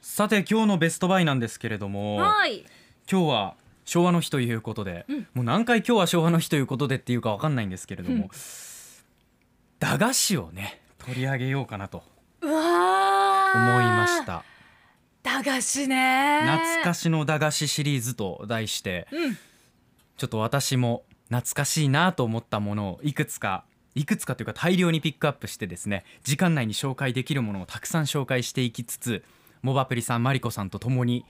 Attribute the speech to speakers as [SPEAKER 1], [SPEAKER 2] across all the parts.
[SPEAKER 1] さて今日のベストバイなんですけれども
[SPEAKER 2] はい。
[SPEAKER 1] 今日は昭和の日ということで、
[SPEAKER 2] うん
[SPEAKER 1] もう何回今日は昭和の日ということでっていうかわかんないんですけれども、
[SPEAKER 2] うん
[SPEAKER 1] 駄菓子をね取り上げようかなと
[SPEAKER 2] うわ
[SPEAKER 1] 思い
[SPEAKER 2] ー
[SPEAKER 1] まし。た、
[SPEAKER 2] 駄菓子ね。
[SPEAKER 1] 懐か
[SPEAKER 2] し
[SPEAKER 1] しの駄菓子シリーズと題して
[SPEAKER 2] い。うん。
[SPEAKER 1] ちょっと私も懐かしいなと思ったものをいくつかいくつかというか大量にピックアップしてですね時間内に紹介できるものをたくさん紹介していきつつモバプリさんマリコさんと共に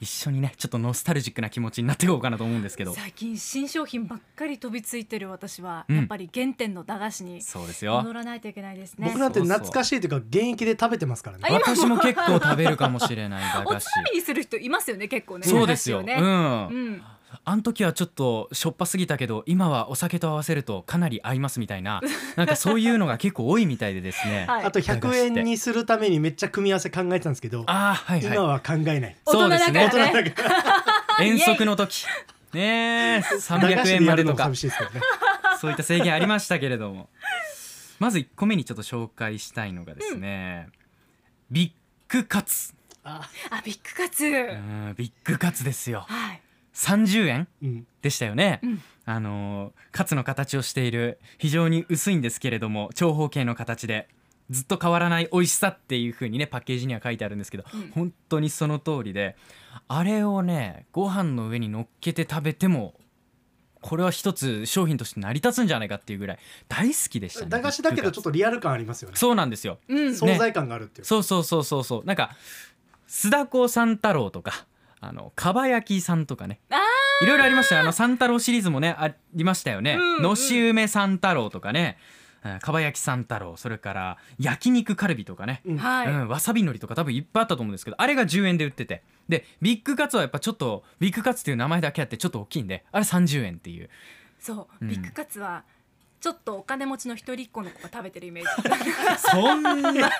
[SPEAKER 1] 一緒にねちょっとノスタルジックな気持ちになっていこうかなと思うん ですけど
[SPEAKER 2] 最近新商品ばっかり飛びついてる私は、
[SPEAKER 1] うん
[SPEAKER 2] やっぱり原点の駄菓子に
[SPEAKER 1] そうです
[SPEAKER 2] 戻
[SPEAKER 1] よ
[SPEAKER 2] らないといけないですね。
[SPEAKER 3] 僕なんて
[SPEAKER 1] そうそう
[SPEAKER 3] 懐かしいというか現役で食べてますから
[SPEAKER 2] あ
[SPEAKER 3] ね
[SPEAKER 2] 今も
[SPEAKER 1] 私も結構食べるかもしれない駄
[SPEAKER 2] お
[SPEAKER 1] 菓
[SPEAKER 2] つ
[SPEAKER 1] 子
[SPEAKER 2] ま みにする人いますよね結構ね。
[SPEAKER 1] そうですよ、
[SPEAKER 2] 駄
[SPEAKER 1] う
[SPEAKER 2] 菓
[SPEAKER 1] ん
[SPEAKER 2] 子をね。うん。
[SPEAKER 1] あの時はちょっとしょっぱすぎたけど今はお酒と合わせるとかなり合いますみたいななんかそういうのが結構多いみたいでです ね、
[SPEAKER 2] はい。
[SPEAKER 3] あと100円にするためにめっちゃ組み合わせ考えてたんですけど
[SPEAKER 1] ああはいはい
[SPEAKER 3] 今は考 えない
[SPEAKER 2] 大人だか
[SPEAKER 1] そうですね
[SPEAKER 2] ら
[SPEAKER 3] 大人
[SPEAKER 2] ね。
[SPEAKER 3] だから
[SPEAKER 1] 遠足の時ねえ
[SPEAKER 3] 駄菓
[SPEAKER 1] 300
[SPEAKER 3] 子
[SPEAKER 1] 円
[SPEAKER 3] でや
[SPEAKER 1] まで
[SPEAKER 3] るの
[SPEAKER 1] と
[SPEAKER 3] も
[SPEAKER 1] か
[SPEAKER 3] 寂しいですけどね
[SPEAKER 1] そういった制限ありましたけれどもまず1個目にちょっと紹介したいのがですね、ビッグカツ、
[SPEAKER 3] あ
[SPEAKER 2] あビッグカツ。
[SPEAKER 1] うんビッグカツですよ
[SPEAKER 2] はい。
[SPEAKER 1] 30円
[SPEAKER 3] うん
[SPEAKER 1] でしたよね、
[SPEAKER 2] うん
[SPEAKER 1] あのーカツの形をしている非常に薄いんですけれども長方形の形でずっと変わらない美味しさっていう風にねパッケージには書いてあるんですけど、
[SPEAKER 2] うん
[SPEAKER 1] 本当にその通りであれをねご飯の上に乗っけて食べてもこれは一つ商品として成り立つんじゃないかっていうぐらい大好きでしたね
[SPEAKER 3] 駄菓子だけどちょっとリアル感ありますよね
[SPEAKER 1] そうなんですよ
[SPEAKER 2] うん。
[SPEAKER 3] 惣菜感があるっていう
[SPEAKER 1] そうそうそうそうそうなんか須田子三太郎とかあのかば焼きさんとかね
[SPEAKER 2] あ
[SPEAKER 1] いろいろありましたよあの三太郎シリーズもねありましたよね、
[SPEAKER 2] うんうん
[SPEAKER 1] のし梅三太郎とかねうんかば焼き三太郎それから焼肉カルビとかね、
[SPEAKER 3] うん
[SPEAKER 2] はい。
[SPEAKER 1] うん、わさびのりとか多分いっぱいあったと思うんですけどあれが10円で売っててでビッグカツはやっぱちょっとビッグカツっていう名前だけあってちょっと大きいんであれ30円っていう
[SPEAKER 2] そう、
[SPEAKER 1] うん
[SPEAKER 2] ビッグカツはちょっとお金持ちの一人っ子の子が食べてるイメージ
[SPEAKER 1] そんな そん
[SPEAKER 2] 余
[SPEAKER 1] な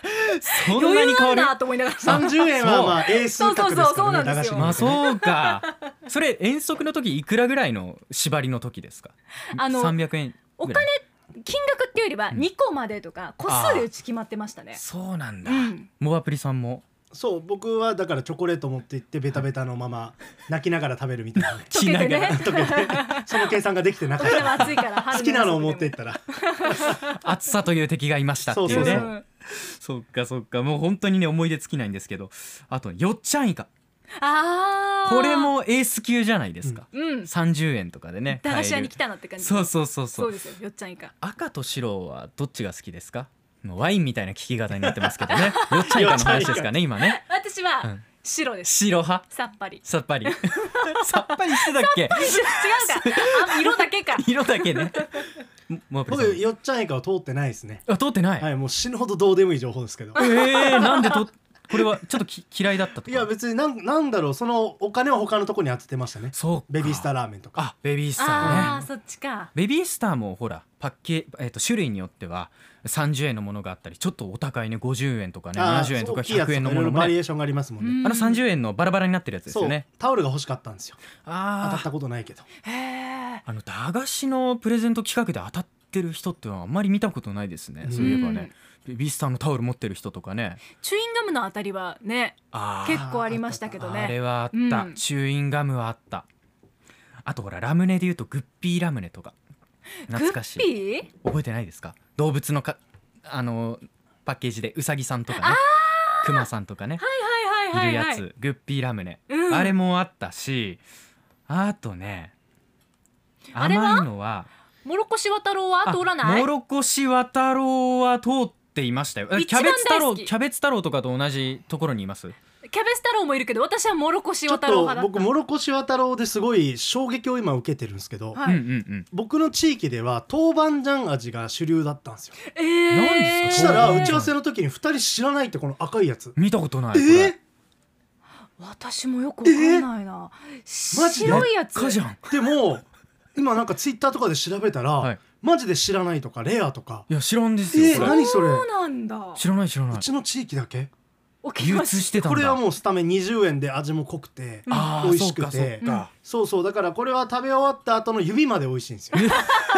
[SPEAKER 1] に
[SPEAKER 2] 裕
[SPEAKER 1] 変
[SPEAKER 2] あ
[SPEAKER 1] わる
[SPEAKER 2] るなと思いながら
[SPEAKER 3] 30円はまあ英数格です
[SPEAKER 2] そうそうそうそう
[SPEAKER 3] か
[SPEAKER 2] な
[SPEAKER 3] ら
[SPEAKER 2] んで
[SPEAKER 3] ね駄菓
[SPEAKER 2] す
[SPEAKER 3] 子
[SPEAKER 2] よ
[SPEAKER 3] も
[SPEAKER 1] まあそうか。それ遠足の時いくらぐらいの縛りの時ですか。
[SPEAKER 2] あの
[SPEAKER 1] 三百円
[SPEAKER 2] お
[SPEAKER 1] ぐらい
[SPEAKER 2] 金。金額っていうよりは
[SPEAKER 1] うん
[SPEAKER 2] 2個までとか個数でうち決まってましたね
[SPEAKER 1] そうなんだ。
[SPEAKER 2] うん
[SPEAKER 1] モバプリさんも
[SPEAKER 3] そう僕はだからチョコレート持って行ってベタベタのまま泣きながら食べるみたいな
[SPEAKER 2] 溶けて
[SPEAKER 1] 着なが
[SPEAKER 2] ね
[SPEAKER 1] ら
[SPEAKER 3] 溶けてその計算ができてな
[SPEAKER 2] お
[SPEAKER 3] かっ
[SPEAKER 2] 金
[SPEAKER 3] た
[SPEAKER 2] は暑いから春の
[SPEAKER 3] 好きなのを持
[SPEAKER 2] 夜
[SPEAKER 3] っ
[SPEAKER 2] 食
[SPEAKER 3] て
[SPEAKER 2] で
[SPEAKER 3] 行ったら
[SPEAKER 1] 暑さという敵がいましたっていうね。
[SPEAKER 3] そ
[SPEAKER 2] も
[SPEAKER 3] うそう
[SPEAKER 2] う
[SPEAKER 3] そうん
[SPEAKER 1] そっかそっかもう本当にね思い出尽きないんですけど、あとよっちゃんイカ
[SPEAKER 2] あー
[SPEAKER 1] これもエース級じゃないですか。
[SPEAKER 2] うん
[SPEAKER 1] 三十円とかでね。
[SPEAKER 2] 駄菓子屋に
[SPEAKER 1] 買
[SPEAKER 2] 来たなって感
[SPEAKER 1] える
[SPEAKER 2] じ
[SPEAKER 1] そう
[SPEAKER 2] そう
[SPEAKER 1] そうそうそう。
[SPEAKER 2] ですよよっちゃんいか
[SPEAKER 1] 赤と白はどっちが好きですか。もうワインみたいな聞き方になってますけど ね。よっちゃんイカの話ですかね今ね。
[SPEAKER 2] 私
[SPEAKER 1] う
[SPEAKER 2] は
[SPEAKER 1] ん
[SPEAKER 2] 白です、
[SPEAKER 1] 白派。
[SPEAKER 2] さっぱり
[SPEAKER 1] さっぱ り。さっぱりしてたっけ。
[SPEAKER 2] 違う かあ色だけか
[SPEAKER 1] 色だけね。もう
[SPEAKER 3] 僕よっちゃん以下は通ってないですね
[SPEAKER 1] あ通ってない。
[SPEAKER 3] はいもう死ぬほどどうでもいい情 報ですけど
[SPEAKER 1] ええなんでとこれはちょっとき嫌いだったとか。
[SPEAKER 3] いや別になんなんだろうそのお金は他のとこに当ててましたね
[SPEAKER 1] そうか
[SPEAKER 3] ベビースターラーメンとか
[SPEAKER 1] あベビースター
[SPEAKER 2] あ
[SPEAKER 1] ね。
[SPEAKER 2] ーそっちか
[SPEAKER 1] ベビースターもほらパッケえっ、と種類によっては30円のものがあったりちょっとお高いね50円とかね
[SPEAKER 3] あー
[SPEAKER 1] 70円とか
[SPEAKER 3] 大きいやつ
[SPEAKER 1] 100円のも
[SPEAKER 3] いろ
[SPEAKER 1] の
[SPEAKER 3] い
[SPEAKER 1] も
[SPEAKER 3] ろバリエ
[SPEAKER 1] ね
[SPEAKER 3] ーションがありますもんね、
[SPEAKER 2] うん
[SPEAKER 1] あの30円のバラバラになってるやつです
[SPEAKER 3] そ
[SPEAKER 1] よ
[SPEAKER 3] う、
[SPEAKER 1] ね
[SPEAKER 3] タオルが欲しかったんですよ当た
[SPEAKER 1] あ
[SPEAKER 3] った
[SPEAKER 1] あ
[SPEAKER 3] ことないけど
[SPEAKER 2] へえ
[SPEAKER 1] あの駄菓子のプレゼント企画で当たってる人ってのはあんまり見たことないですね、
[SPEAKER 3] うん
[SPEAKER 1] そういえばねベビースターのタオル持ってる人とかね
[SPEAKER 2] チューインガムのあたりはね
[SPEAKER 1] あー
[SPEAKER 2] 結構ありましたけど
[SPEAKER 1] あれ
[SPEAKER 2] ね
[SPEAKER 1] はあった、
[SPEAKER 2] うん
[SPEAKER 1] チューインガムはあったあとほらラムネでいうとグッピーラムネとか懐かし
[SPEAKER 2] グッ
[SPEAKER 1] い
[SPEAKER 2] ピー
[SPEAKER 1] 覚えてないですか動物のかあのパッケージでウサギさんとかねクマさんとかね、
[SPEAKER 2] はいはいはいはいい
[SPEAKER 1] る
[SPEAKER 2] は
[SPEAKER 1] や
[SPEAKER 2] い
[SPEAKER 1] つグッピーラムネ、
[SPEAKER 2] うん
[SPEAKER 1] あれもあったしあとね
[SPEAKER 2] あ
[SPEAKER 1] 甘い
[SPEAKER 2] れは
[SPEAKER 1] のは
[SPEAKER 2] もろこし渡郎は
[SPEAKER 1] あ
[SPEAKER 2] 通らない
[SPEAKER 1] もろこし渡郎は通っていましたよ
[SPEAKER 2] 一
[SPEAKER 1] キャ
[SPEAKER 2] 番
[SPEAKER 1] ベツ太
[SPEAKER 2] 大
[SPEAKER 1] 郎
[SPEAKER 2] 好き
[SPEAKER 1] キャベツ太郎とかと同じところにいます
[SPEAKER 2] キャベツ太郎もいるけど私はもろこし
[SPEAKER 3] ちょっ
[SPEAKER 2] 渡郎
[SPEAKER 3] と
[SPEAKER 2] 派だった
[SPEAKER 3] 僕もろこし渡郎ですごい衝撃を今受けてるんですけど、
[SPEAKER 2] はい
[SPEAKER 1] うんうんうん
[SPEAKER 3] 僕の地域では豆板醤味が主流だったんですよ
[SPEAKER 2] えー、
[SPEAKER 1] なんです
[SPEAKER 3] し
[SPEAKER 1] か
[SPEAKER 3] たら
[SPEAKER 1] 豆板
[SPEAKER 3] 打
[SPEAKER 1] 醤
[SPEAKER 3] ち合わせの時に2人知らないってこの赤いやつ
[SPEAKER 1] 見たことないこ
[SPEAKER 3] え
[SPEAKER 1] れ
[SPEAKER 3] ー、
[SPEAKER 2] 私もよくわかんないな、
[SPEAKER 3] マジで
[SPEAKER 2] 白いやつ
[SPEAKER 1] 真っ赤じゃん
[SPEAKER 3] でも今なんかツイッターとかで調べたら、
[SPEAKER 1] はい
[SPEAKER 3] マジで知らないとかレアとか
[SPEAKER 1] いや知らんですよ、
[SPEAKER 3] えー、
[SPEAKER 1] これ
[SPEAKER 3] 何それ
[SPEAKER 2] そうなんだ
[SPEAKER 1] 知らない知らないう
[SPEAKER 3] ちの地域だけ
[SPEAKER 2] 起き
[SPEAKER 1] 流
[SPEAKER 2] ま
[SPEAKER 1] 通
[SPEAKER 2] し
[SPEAKER 1] してたんだ
[SPEAKER 3] これはもうスタメ20円で味も濃くて、
[SPEAKER 2] うん
[SPEAKER 1] あー
[SPEAKER 3] 美味しくて
[SPEAKER 1] そうか
[SPEAKER 3] そうそうだからこれは食べ終わっ た後の指まで美味しいんですよ
[SPEAKER 1] そ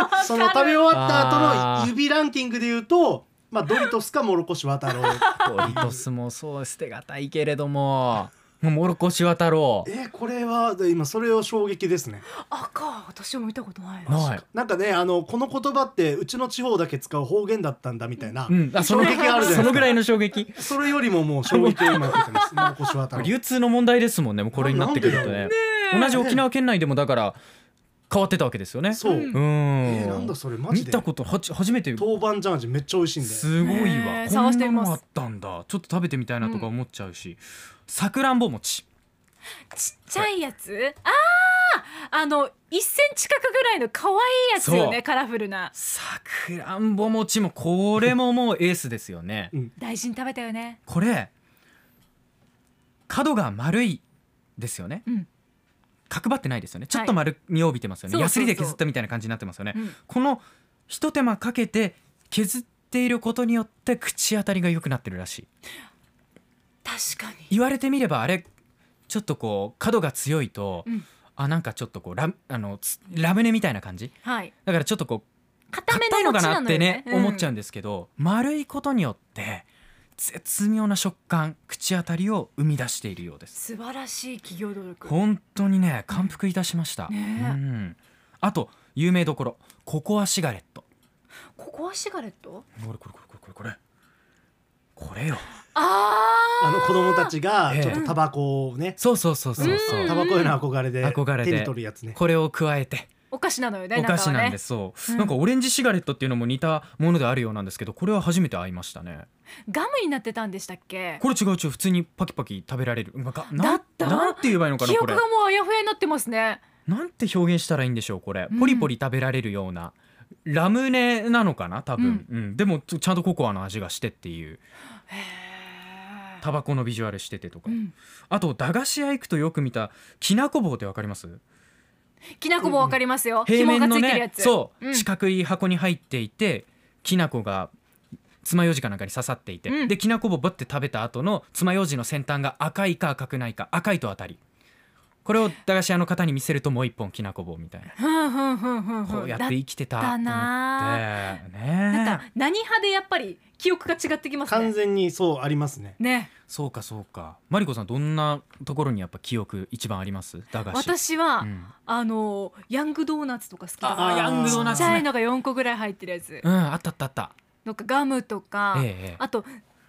[SPEAKER 1] うか
[SPEAKER 3] その食べ終わった後の指ランキングで言うとまあドリトスかモロコシワ太郎
[SPEAKER 1] ドリトスもそう捨てがたいけれどももろこし太郎
[SPEAKER 3] えーこれはで今それを衝撃ですね
[SPEAKER 2] 赤私も見たことないわ
[SPEAKER 1] ない
[SPEAKER 3] なんかねあのこの言葉ってうちの地方だけ使う方言だったんだみたいな、
[SPEAKER 1] うん、あその
[SPEAKER 3] 衝撃あるじゃないですか
[SPEAKER 1] そのぐらいの衝撃
[SPEAKER 3] それよりももう衝撃を今受けて ますモロコシワ太郎
[SPEAKER 1] 流通の問題ですもんねもうこれになってくるとね同じ沖縄県内でもだから変わってたわけですよね
[SPEAKER 3] そう、
[SPEAKER 1] う
[SPEAKER 3] えーなん
[SPEAKER 1] ん
[SPEAKER 3] だそれマジ
[SPEAKER 1] 見
[SPEAKER 3] で
[SPEAKER 1] たことはち初めて
[SPEAKER 3] 豆板醤味めっちゃ美味しいんです
[SPEAKER 1] ごいわ
[SPEAKER 2] へー
[SPEAKER 1] こ
[SPEAKER 2] 探
[SPEAKER 1] ん
[SPEAKER 2] して
[SPEAKER 1] な
[SPEAKER 2] み
[SPEAKER 1] の
[SPEAKER 2] ま
[SPEAKER 1] も
[SPEAKER 2] す
[SPEAKER 1] あったんだちょっと食べてみたいなとか思っちゃうしさくらんぼ餅
[SPEAKER 2] ちっちゃいやつあああの1センチ角ぐらいの可愛いやつよ
[SPEAKER 1] そう
[SPEAKER 2] ねカラフルな
[SPEAKER 1] さくらんぼ餅もこれももうエースですよね
[SPEAKER 2] 大事に食べたよね
[SPEAKER 1] これ角が丸いですよね
[SPEAKER 2] うん
[SPEAKER 1] 角張ってないですよねちょっと丸みを帯びてますよね、
[SPEAKER 2] はい
[SPEAKER 1] ヤスリで
[SPEAKER 2] そうそう
[SPEAKER 1] 削
[SPEAKER 2] そ
[SPEAKER 1] っ
[SPEAKER 2] う
[SPEAKER 1] たみたいな感じになってますよね
[SPEAKER 2] うん
[SPEAKER 1] このひと手間かけて削っていることによって口当たりが良くなってるらしい
[SPEAKER 2] 確かに
[SPEAKER 1] 言われてみればあれちょっとこう角が強いと、
[SPEAKER 2] うん
[SPEAKER 1] あなんかちょっとこうラムあのつラムネみたいな感じ
[SPEAKER 2] はい
[SPEAKER 1] だからちょっとこう
[SPEAKER 2] 固め
[SPEAKER 1] 硬いのか
[SPEAKER 2] の餅
[SPEAKER 1] な
[SPEAKER 2] な
[SPEAKER 1] っ
[SPEAKER 2] の
[SPEAKER 1] て
[SPEAKER 2] よ
[SPEAKER 1] ね
[SPEAKER 2] ね、
[SPEAKER 1] 思っちゃうん
[SPEAKER 2] ん
[SPEAKER 1] ですけど丸いことによって絶妙な食感口当たりを生み出しているようです
[SPEAKER 2] 素晴らしい企業努力
[SPEAKER 1] 本当にね感服いたしました、
[SPEAKER 2] ねえ
[SPEAKER 1] うん、あと有名どころココアシガレット
[SPEAKER 2] ここはシガレット
[SPEAKER 1] これこれこれこれこれこれよ
[SPEAKER 2] あ
[SPEAKER 3] あの子供たちが
[SPEAKER 1] ええ
[SPEAKER 3] ちょっとタバコをね、
[SPEAKER 1] そうそうそうそうそう、
[SPEAKER 2] うん
[SPEAKER 3] タバコへの憧れで
[SPEAKER 1] 憧れで
[SPEAKER 3] 手に取るやつね
[SPEAKER 1] これを加えて
[SPEAKER 2] ーお菓子なのよね
[SPEAKER 1] お菓子なんですす、そう、
[SPEAKER 2] うん
[SPEAKER 1] なんかオレンジシガレットっていうのも似たものであるようなんですけどこれは初めて会いましたね
[SPEAKER 2] ガムになってたんでしたっけ
[SPEAKER 1] これ違う違う普通にパキパキ食べられるなんかな
[SPEAKER 2] だった
[SPEAKER 1] なんて言えばいいのかな
[SPEAKER 2] 記
[SPEAKER 1] こ
[SPEAKER 2] 憶
[SPEAKER 1] れ
[SPEAKER 2] がもうあやふやになってますね
[SPEAKER 1] なんて表現したらいいんでしょうこれ
[SPEAKER 2] うん
[SPEAKER 1] ポリポリ食べられるような、ラムネなのかな多分、うんでもちょちゃんとココアの味がしてっていう
[SPEAKER 2] へえ
[SPEAKER 1] タバコのビジュアルしててとか、
[SPEAKER 2] うん
[SPEAKER 1] あと駄菓子屋行くとよく見たきなこ棒ってわかります
[SPEAKER 2] きなこもわかりますよ、
[SPEAKER 1] 平面の
[SPEAKER 2] 紐がついてるや
[SPEAKER 1] ね
[SPEAKER 2] つ
[SPEAKER 1] そう、
[SPEAKER 2] ん
[SPEAKER 1] 四角い箱に入っていてきな粉が爪楊枝かなんかに刺さっていて、
[SPEAKER 2] うん
[SPEAKER 1] できなこ棒バッて食べた後の爪楊枝の先端が赤いか赤くないか赤いと当たりこれを駄菓子屋の方に見せるともう一本きなこ棒みたいな、
[SPEAKER 2] ふんふんふんふんふん
[SPEAKER 1] こうやって生きてた
[SPEAKER 2] だったな
[SPEAKER 1] と思って
[SPEAKER 2] ななん
[SPEAKER 1] ね
[SPEAKER 2] か
[SPEAKER 1] え
[SPEAKER 2] 何派でやっぱり記憶が違ってきますね
[SPEAKER 3] 完全にそうありますね
[SPEAKER 2] ね
[SPEAKER 1] そうかそうかマリコさんどんなところにやっぱ記憶一番あります駄菓子
[SPEAKER 2] 私は、
[SPEAKER 1] うん
[SPEAKER 2] あのヤングドーナツとか好きだ
[SPEAKER 1] あ
[SPEAKER 2] な
[SPEAKER 3] ーヤングドーナ
[SPEAKER 2] ちっ
[SPEAKER 3] ツ
[SPEAKER 2] ち
[SPEAKER 3] ね
[SPEAKER 2] ゃいのが4個ぐらい入ってるやつ
[SPEAKER 1] うんあったあったあった
[SPEAKER 2] なんかガムとか、
[SPEAKER 1] ええええ
[SPEAKER 2] あと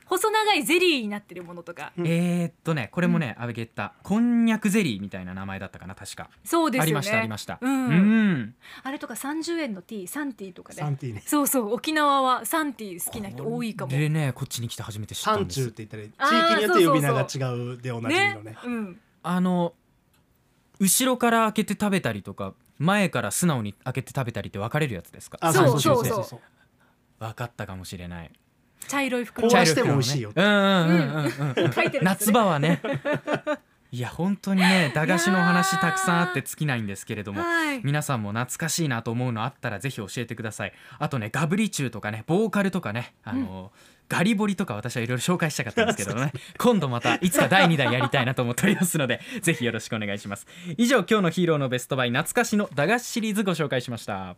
[SPEAKER 2] 細長いゼリーになってるものとか
[SPEAKER 3] うん
[SPEAKER 1] えーっとねこれもね、あげたこんにゃくゼリーみたいな名前だったかな確か
[SPEAKER 2] そうですよね
[SPEAKER 1] ありましたありました
[SPEAKER 2] うん
[SPEAKER 1] うん
[SPEAKER 2] あれとか30円のティーサンティーとかで
[SPEAKER 3] サンティーね
[SPEAKER 2] そうそう沖縄はサンティー好きな人多いかも
[SPEAKER 1] でねこっちに来て初めて知った
[SPEAKER 3] サ
[SPEAKER 1] ん
[SPEAKER 3] ン
[SPEAKER 1] で
[SPEAKER 3] チューっ
[SPEAKER 1] す
[SPEAKER 3] て言ったら
[SPEAKER 2] あー
[SPEAKER 3] 地域によって呼び名が違うでおなじみのね
[SPEAKER 2] うん、
[SPEAKER 1] あの後ろから開けて食べたりとか前から素直に開けて食べたりって分かれるやつですか
[SPEAKER 3] あ
[SPEAKER 2] そう
[SPEAKER 3] そうそう
[SPEAKER 2] そう
[SPEAKER 3] そ
[SPEAKER 2] そうう
[SPEAKER 3] そう
[SPEAKER 1] 分かったかもしれない
[SPEAKER 2] 茶色い
[SPEAKER 3] こ
[SPEAKER 2] 袋
[SPEAKER 3] う
[SPEAKER 1] 茶
[SPEAKER 3] 壊
[SPEAKER 1] 色
[SPEAKER 3] しても
[SPEAKER 1] 黒のね
[SPEAKER 3] 美味しいよ
[SPEAKER 1] うんうんうんうんうんうん
[SPEAKER 2] 書いてるやつ
[SPEAKER 1] 夏
[SPEAKER 2] ね
[SPEAKER 1] 場は ねいや本当にね駄菓子のお話たくさんあって尽きないんですけれども
[SPEAKER 2] はい
[SPEAKER 1] 皆さんも懐かしいなと思うのあったらぜひ教えてくださいあとねガブリチューとかねボーカルとかねあの、ガリボリとか私はいろいろ紹介したかったんですけ どね今度またいつか第2弾やりたいなと思っておりますので ぜひよろしくお願いします以上今日のヒーローのベストバイ懐かしの駄菓子シリーズご紹介しました